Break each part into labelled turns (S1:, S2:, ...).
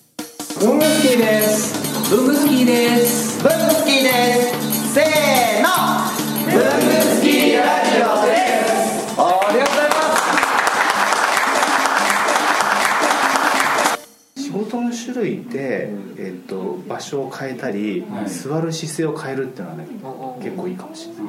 S1: 文具好きです文具好きです文具好きですせーの文具好きラジオですありがとうござい
S2: 仕事の種類で、えっと場所を変えたり、座る姿勢を変えるっていうのはね結構いいかもしれない、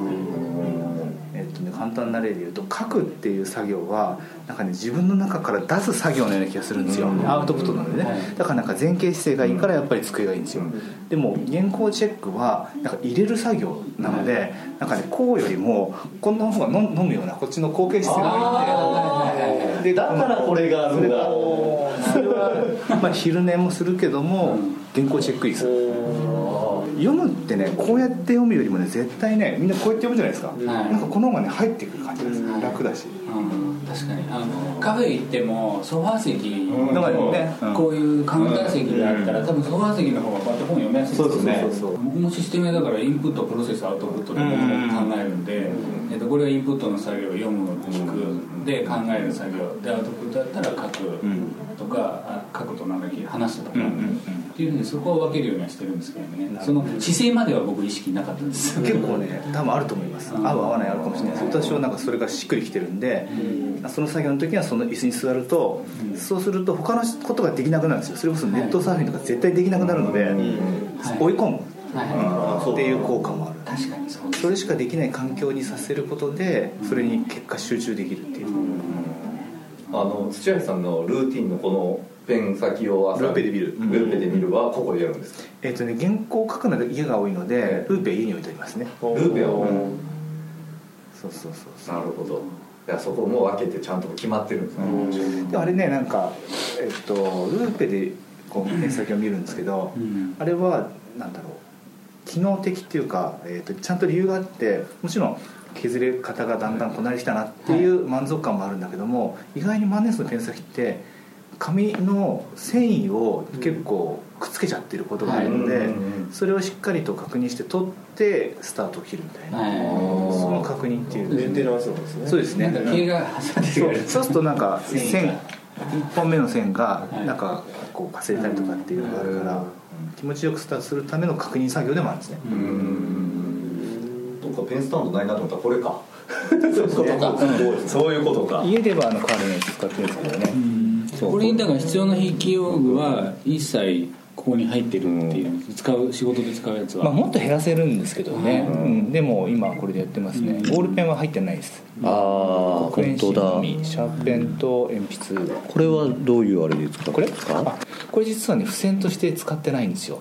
S2: えっとね、簡単な例で言うと書くっていう作業はなんかね自分の中から出す作業のような気がするんですよ、アウトプットなんでね、だからなんか前傾姿勢がいいからやっぱり机がいいんですよ、でも原稿チェックはなんか入れる作業なので、なんかねこうよりもこんな方がの飲むようなこっちの後傾姿勢がいいんでで
S3: だからこれがあるんだ
S2: それはまあ昼寝もするけども原稿チェックインする読むってねこうやって読むよりもね絶対ねみんなこうやって読むじゃないですか、
S4: はい
S2: なんかこの方がね入ってくる感じです、
S4: うん
S2: 楽だし、
S4: うん確かにあのカフェ行ってもソファー席
S2: だからね、うん
S4: こういうカウンター席があったら、多分ソファー席の方がこうやって本読みやすい
S2: そうですねそうそう
S4: 僕もシステムだからインプットプロセスアウトプットで僕も考えるんで、えっと、これはインプットの作業読む聞く、で考える作業でアウトプットだったら書くとか、あ書くとなんだっけ話すとか、っていうふうにそこを分けるようにはしてるんですけどね
S2: なる
S4: そ
S2: ほど
S4: の姿勢までは僕意識なかったです
S2: 結構ね多分あると思います合
S4: うん
S2: う合わないあるかもしれないです私はなんかそれがしっくりきてるんでその作業の時はその椅子に座るとそうすると他のことができなくなるんですよそれこそネットサーフィンとか絶対できなくなるので
S4: はい
S2: 追い込
S4: はい
S2: むっていう効果もある
S4: 確かにそうです
S2: それしかできない環境にさせることでそれに結果集中できるっていう
S5: あの土屋さんのルーティンのこのペン先を朝
S2: ルーペで見る
S5: ルーペで見るはここでやるんですか、
S2: えっとね原稿を書くのが家が多いのでルーペは家に置いてありますね
S5: ルーペを、
S2: そうそうそうそう
S5: なるほどいやそこも分けてちゃんと決まってるんですね、
S2: でもあれねなんか、えっと、ルーペでこう検索を見るんですけど、
S4: うん
S2: あれはなんだろう機能的っていうか、えっと、ちゃんと理由があってもちろん削れ方がだんだんこなれてきたなっていう満足感もあるんだけども、意外に万年筆のペン先って紙の繊維を結構くっつけちゃってることがあるので、
S5: はいうん
S2: それをしっかりと確認して取ってスタートを切るみたいな、
S4: はい
S2: その確認っていう、
S3: メンテナンスなんですね
S2: そうですね
S4: なんか毛が挟んで
S2: そ
S4: く
S2: う
S4: る
S2: そうするとなんか
S4: 繊維
S2: 線
S4: が
S2: 1本目の線が
S4: はい
S2: なんかこうかすれたりとかっていうのがあるから気持ちよくスタートするための確認作業でもあるんですね
S5: どっかペンスタンドないなと思ったらこれかそういうことかそういうことか
S2: 家ではあのカーレン使ってるんですけどねそう
S4: これにだから必要な筆記用具は一切ここに入ってるっていう使う仕事で使うやつ
S2: まあ、
S4: は
S2: もっと減らせるんですけどね、うんでも今これでやってますね、ボールペンは入ってないです
S6: ああ
S2: 黒
S6: 本
S2: 鉛
S6: 当
S2: 筆の
S6: だ
S2: みシャーペンと鉛筆
S6: これはどういうあれで使う
S2: こ
S6: ん
S2: れ
S6: ですか
S2: あこれ実はね付箋として使ってないんですよ、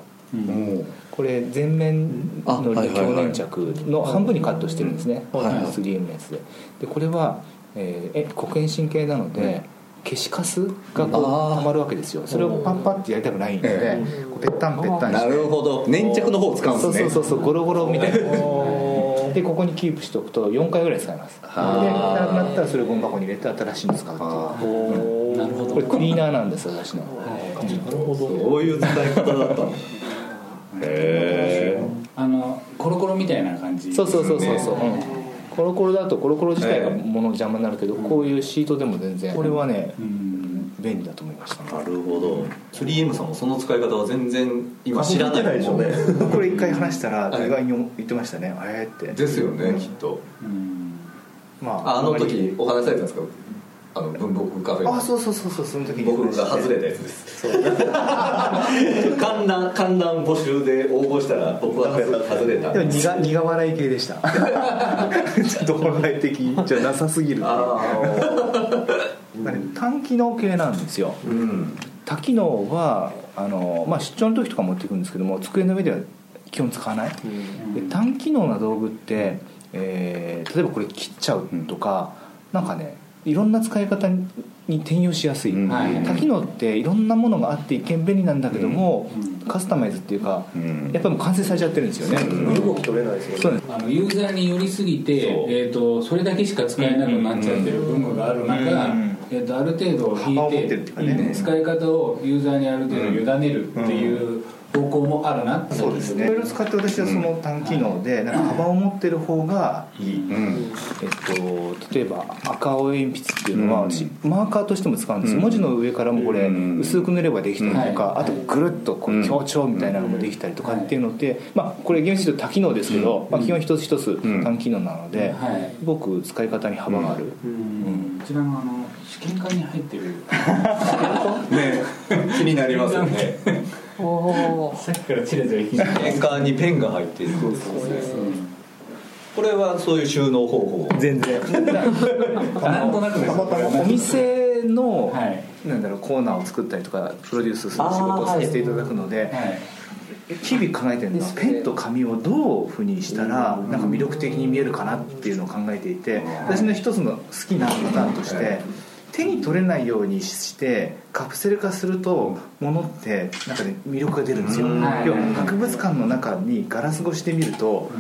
S2: これ全面
S6: あ
S2: の
S6: はいはいはい
S2: 鏡粘着の半分にカットしてるんですね、
S6: はいはい
S2: 3M のやつででこれは、えーえ黒鉛神経なので、消しカスがこ
S6: あ
S2: う
S6: ー
S2: たまるわけですよそれをパッパってやりたくないんで、
S6: え
S2: こうぺったんぺったんして
S6: るほど粘着の方を使
S2: そうそうそうそうゴロゴロみたいな でここにキープしておくと4回ぐらい使えますでなく
S6: はー
S2: なったらそれをゴミ箱に入れて新しいの使うっていう
S4: なるほ
S2: これクリーナーなんです私の
S6: そういう使い方だったのへえ
S4: あのコロコロみたいな感じ
S2: そうそうそうそうそう、うんコロコロだとコロコロ自体が物の邪魔になるけど、こういうシートでも全然これはね
S4: うん
S2: 便利だと思いました
S6: なるほど
S5: 3M さんもその使い方は全然今知らないでしょうね
S2: これ一回話したら意外に言ってましたねえーって
S5: ですよねきっと
S4: うん
S2: ま
S5: ああの
S2: んまり
S5: 時お話しされたんですかあの文房具カフェの
S2: あそうそうそうそうその時に
S5: 僕が外れたやつです 観覧観覧募集で応募したら僕は外れた
S2: でも苦苦笑い系でした ちょっと本来的じゃなさすぎる
S5: ああ
S2: なんかね単機能系なんですよ
S5: うん
S2: 多機能はあの、まあ、出張の時とか持っていくんですけども机の上では基本使わない、で単機能な道具って、えー例えばこれ切っちゃうとか、なんかねいろんな使い方にに転用しやすい、
S6: うん
S4: はい
S2: 多機能っていろんなものがあって一見便利なんだけども、カスタマイズっていうか、
S6: ん
S2: やっぱりもう完成されちゃってるんですよね、
S3: 動き取れないですよね
S2: そうなんです
S4: あのユーザーに寄りすぎて
S6: そう
S4: えー、とそれだけしか使えなくなっちゃってる文具がある
S2: う
S4: 中、
S2: ん
S4: えー、とある程度
S2: 幅を
S4: 引
S2: 持
S4: い
S2: っててるっていうかね
S4: うん使い方をユーザーにある程度委ねるっていう方向もあるなって
S2: そうですねいろいろ使って私はその単機能で、なんか幅を持ってる方がいい、えっと、例えば赤青鉛筆っていうのは
S6: うん
S2: 私、マーカーとしても使うんですよ、文字の上からもこれ
S6: うん
S2: 薄く塗ればできたりとか、
S4: はい
S2: あとぐるっとこ
S6: う
S2: うん強調みたいなのもできたりとかっていうのって、まあ、これ厳密に言うと多機能ですけど、まあ、基本一つ一つ
S6: ん
S2: 単機能なので、
S4: はい
S2: すごく使い方に幅がある、
S4: うんこちらのあの試験管に入ってる
S6: ね気になりますよね
S4: さっきからチラチラ聞いて
S5: 玄関にペンが入っているこれはそういう収納方法
S2: 全然
S4: なんとなくです
S2: お店の、
S4: はい
S2: なんだろうコーナーを作ったりとかプロデュースする仕事をさせていただくので、
S4: はい
S2: 日々考えてるのはペンと紙をどうふうにしたらなんか魅力的に見えるかなっていうのを考えていて私の一つの好きなパターンとして手に取れないようにしてカプセル化すると物ってなんかね魅力が出るんですよ
S6: うん
S2: 要は博物館の中にガラス越しで見ると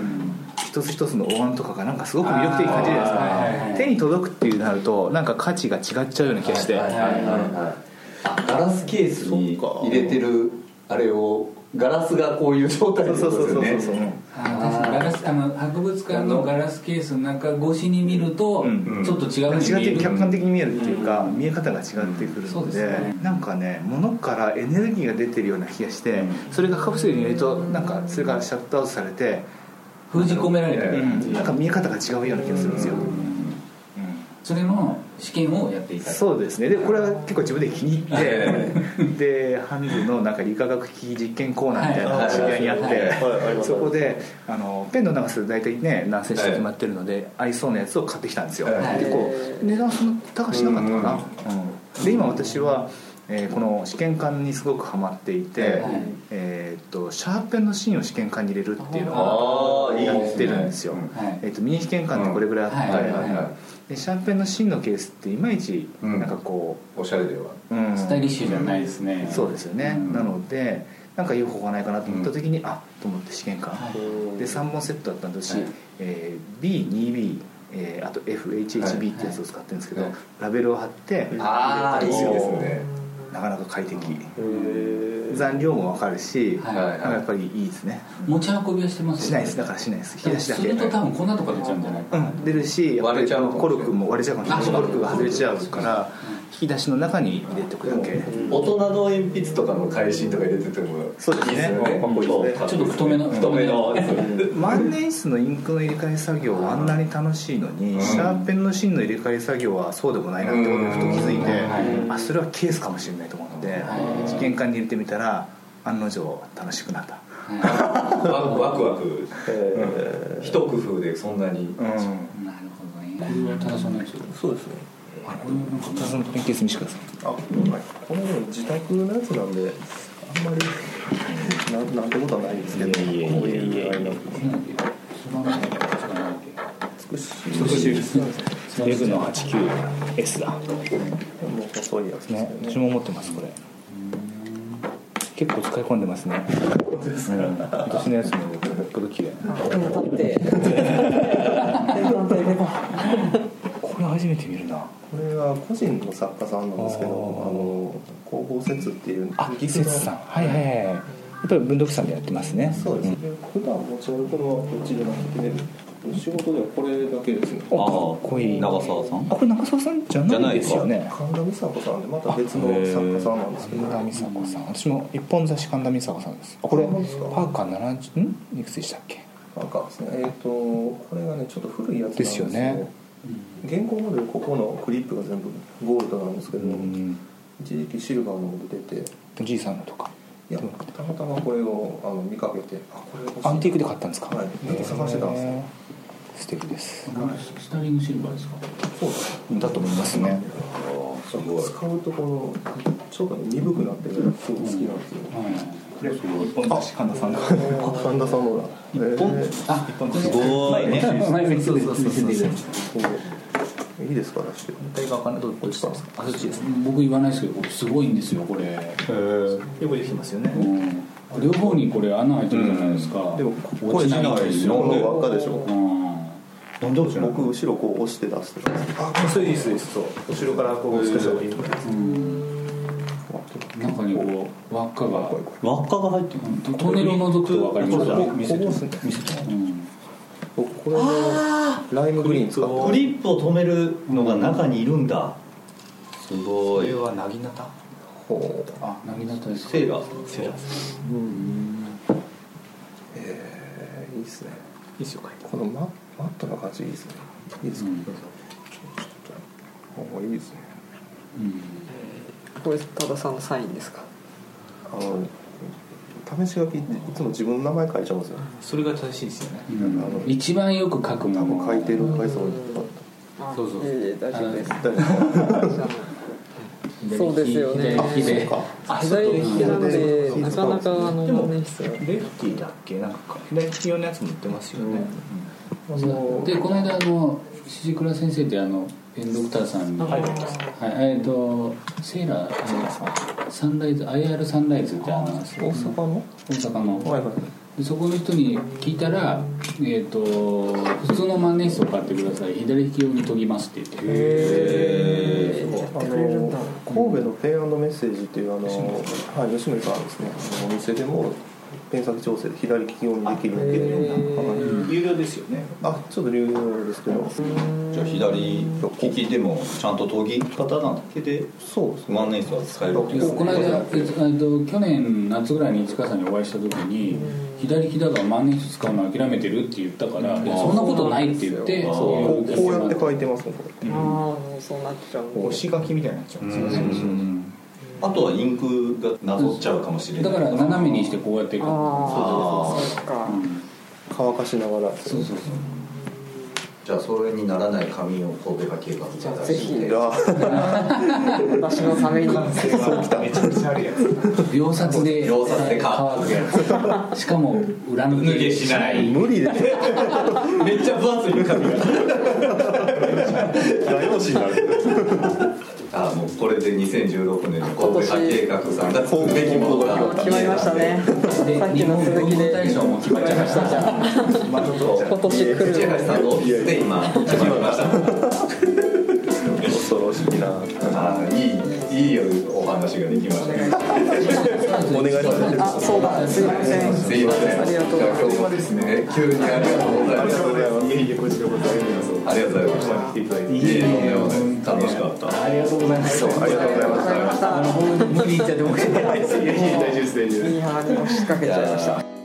S2: 一つ一つのお椀とかがなんかすごく魅力的に感じるじゃないですか
S4: あーはいはいはい
S2: 手に届くっていうなるとなんか価値が違っちゃうような気がして、
S5: はいはいはいあガラスケースに入れてるあれをガラスがこういう状態
S2: そ
S5: で
S2: う
S5: す
S2: そうそうそ
S5: よ
S2: う
S5: ね
S2: そう、
S4: あー確かにガラスあの博物館のガラスケースの中越しに見ると、
S2: うん
S4: ちょっと違うに見
S2: 違
S4: え
S2: って
S4: る
S2: 客観的に見えるっていうか、見え方が違ってくる
S4: そう
S2: の
S4: で
S2: で,、
S4: すね
S2: なんかね物からエネルギーが出てるような気がして、それがカプセルに入れるとなんかそれからシャットアウトされて、
S4: 封じ込められてる感じ、
S2: なんか見え方が違うような気がするんですよ、
S4: それの試験をやっていただく
S2: そうですねでこれは結構自分で気に入って でハンズのなんか理化学機器実験コーナーみたいな話がやって、
S4: はいはい
S3: はいはい
S2: そこであのペンの長さで大体ね何センチと決まってるので、合いそうなやつを買ってきたんですよ、
S6: はい
S2: 結構値段そんな高くしなかったかな、うんで今私は、えーこの試験管にすごくハマっていて、
S4: はい
S2: えーっとシャーペンの芯を試験管に入れるっていうの
S5: あ
S2: を
S5: あいい
S2: や
S5: で
S2: っ
S5: す
S2: て
S5: ね
S2: るんですよ
S4: はい
S2: えーっとミニ試験管ってこれぐらいあって、
S4: はいはいはいは
S2: でシャーペンの芯のケースっていまいち
S6: うん
S2: なんかこ
S6: おしゃれでは
S2: う、うん
S4: スタイリッシュじゃないですね、
S2: そうですよね、
S4: うん
S2: なのでなんかいい方法がないかなと思った時に、あっと思って試験管、
S4: はい
S2: で3本セットだったんで私、
S4: はい
S2: えー B2B、えーあと FHHB ってやつを使ってるんですけど、
S6: はい
S2: ラベルを貼って
S5: ああいいですね
S6: ね
S2: なかなか快適、
S3: え
S2: 残量も分かるし、
S4: はい
S2: なんかやっぱりいいですね
S4: 持ち運びはしてます
S2: しないですだからしないです引き出しだ
S4: す
S2: け
S4: ると多分こんなとこ出ちゃうんじゃないか
S2: う
S4: な、
S2: ん、出るしやっぱ
S5: 割れ
S2: り
S5: ちゃうかもしれない
S2: コルクも割れちゃうかもしれない
S4: あ
S2: コルクが外れちゃうから引き出しの中に入れておくだけ
S5: 大人の鉛筆とかの返しとか入れてても
S2: そうですね
S5: かっこいいですね
S4: ちょっと太めの
S5: 太めの
S2: 万年筆のインクの入れ替え作業はあんなに楽しいのに、シャーペンの芯の入れ替え作業はそうでもないなってことにふと気づいて、
S4: う
S2: あそれはケースかもしれないと思うので、
S4: はい
S2: 試験管に入れてみたら案の定楽しくなった、
S4: は
S5: ワクワクワク
S3: え
S5: 一工夫でそんな
S2: う
S5: に
S2: ん
S4: いなるほどねこれはただそんなやつ
S3: そうですね
S4: あこれもなんか
S2: そのペンケース見せてください
S3: あこの自宅のやつなんであんまりなんなんてことはないんですけどこういうあれの美しい美しいですね
S2: レグの 89S だ
S3: もう細いやつです
S2: ね
S3: ね
S2: 私も持ってますこれ結構使い込んでますね私のやつもよっぽど綺麗これ初めて見るな
S3: これは個人の作家さんなんですけどあ
S2: あー
S3: の広報説っていう
S2: あ、
S3: 岐
S2: 季
S3: 阜
S2: 節さん。はいはいはい。やっぱり文読さんでやってますね。
S3: そうですね、普段持ち歩くのはこっちじゃなくて、仕事ではこれだけですね
S2: おかっこいい。
S5: 長澤さん
S2: あ、これ長澤さんじゃないですよね。
S3: 神田美佐子さんでまた別の作家さんなんですけど
S2: 神田美佐子さん。私も一本雑誌神田美佐子さんです。あ、これ
S3: あ
S2: パ
S3: 本当ですか
S2: ーカー七十んいくつでしたっけ？
S3: なんかですねえっ、とこれがねちょっと古いやつなんです
S2: ですよね
S3: 現行モデルここのクリップが全部ゴールドなんですけど、
S2: うん。
S3: 一時期シルバーのも出てて
S2: おじいさんのとか。
S3: いやたまたまこれをあの見かけてあこれ欲しい
S2: アンティークで買ったんですか？
S3: はいずっと探してたんですよ
S2: へー素敵です。
S4: スタイリングシルバーですか
S3: そうです
S2: だと思いますね。
S3: 使うとこのちょっとね鈍くなってるのがすごく好きなんですよ、
S2: これ一本雑誌神田さんが。
S3: 神田さんのだえー
S4: あ一本す
S5: ごいね
S4: 前見せて見せていただいて
S3: いいですか出して
S2: 大学のどっちですか？あ、そっちですね。
S4: 僕言わないですけどこれすごいんですよこれ、
S2: よくできてますよね。
S4: うん、両方にこれ穴開いてるじゃないですか、
S3: でもこ
S4: 落
S3: れ
S4: ちないですよ
S3: この輪っかでしょ
S4: うん
S2: なんで落ちないの
S3: 僕後ろこう押して出して
S2: あ、そうですそうです。そう後ろからこう少し置いて。
S3: こ
S4: 中にこう輪っかが
S5: 輪っかが入ってる
S4: トトンネルを覗くと分かります
S5: そう
S4: よ
S5: だ
S4: 見せて
S3: ここっすね
S4: 見せてうん
S3: ここれもライムグリーン使って
S5: クリップを止めるのが中にいるんだすごい
S2: れはなぎなた
S3: ほ
S4: あ何だったですか
S5: セーラーセーラー
S3: ううんえーいいですね
S2: いいっすよ書いて
S3: このママットな感じいいですねいいですか、
S4: うん
S3: ちょっとあいいですね
S7: これ多田さんのサインですか
S3: あの試し書きっていつも自分の名前書いちゃうんですよ
S2: それが正しいですよね
S4: うん一番よく書く
S3: 多
S4: もの
S3: 分書いてる回数多いと思
S7: あ
S2: そうそう
S7: いえいえ大丈夫です
S3: う
S4: 左利き
S7: そうですよね
S4: 左利きで
S7: あ左利きなので
S3: そうか
S7: なかなかあの
S2: でも
S7: 万年筆が
S2: レフティーだっけなんか左利き用のやつも売ってますよね、
S3: あの
S4: でこの間あの石倉先生ってあのペンドクターさんに、はいえっとセーラーあのサンライズ IR サンライズってあの大
S3: 大阪の
S4: 阪の、
S3: はいはい
S4: でそこの人に聞いたら、えー、と普通の万年筆を買ってください左利き用に研ぎますって言って
S3: あの神戸のペイアンドメッセージっていうあの、はい、吉村さんですねあのお店でもペン先調整で左利き用にできるっていうのが、はい
S2: 有料ですよね
S3: あちょっと流用ですけど
S5: じゃあ左利きでもちゃんと研ぎ方なんだけで
S3: そうですね
S5: 万年筆は使えるってい
S4: いうやこの間、えー、と去年夏ぐらいに市川さんにお会いした時に左利きだから万年筆使うの諦めてるって言ったから、いやそんなことないって言って
S5: そう
S3: こうこうやって書
S4: い
S3: いてますねこれ
S7: ああもうそうなっちゃう
S2: 押し書きみたいになっちゃうんですよね
S5: あとはインクがなぞっちゃうかもしれな
S4: だ
S5: い
S4: から斜めにしてこうやって書く
S7: ああそうか
S3: 乾かしながら
S4: そうそうそう
S5: じゃあそれにならない紙を神戸が計画
S7: じゃあぜひ
S3: あ
S7: 私のために
S2: めちゃくちゃあるやつ
S4: 秒殺で
S5: 秒殺でか
S4: 乾くやつしかも裏抜けしない
S3: 無理で
S5: めっちゃ分厚い紙が
S3: 画用紙になる
S5: ああもうこれで2016年の神戸が計画さんが作るべきもの
S7: あ
S5: が
S7: 決まりましたね
S4: で
S7: さっ
S4: 日
S7: きの
S4: 本
S7: 続
S4: 文
S7: き
S4: 具
S7: で
S4: 大賞も決まっちゃいました
S5: まあちょっと
S7: 今年来る
S5: 市橋さんのオフィスで今始まりました
S3: 恐ろしいな
S5: ああいいいいお話ができましたね
S3: お願いします
S7: あそうだすいません
S5: すいません
S7: ありがとうございます
S5: 今日ですね急にありがとうございます
S3: ざいます
S5: ありがとうございましたいえいえとんでもないです楽しかった
S4: ありがとうございます
S5: ありがとうございま
S7: ありがとうございました
S4: 無理言っちゃっても
S7: いやーにも仕掛けちゃいました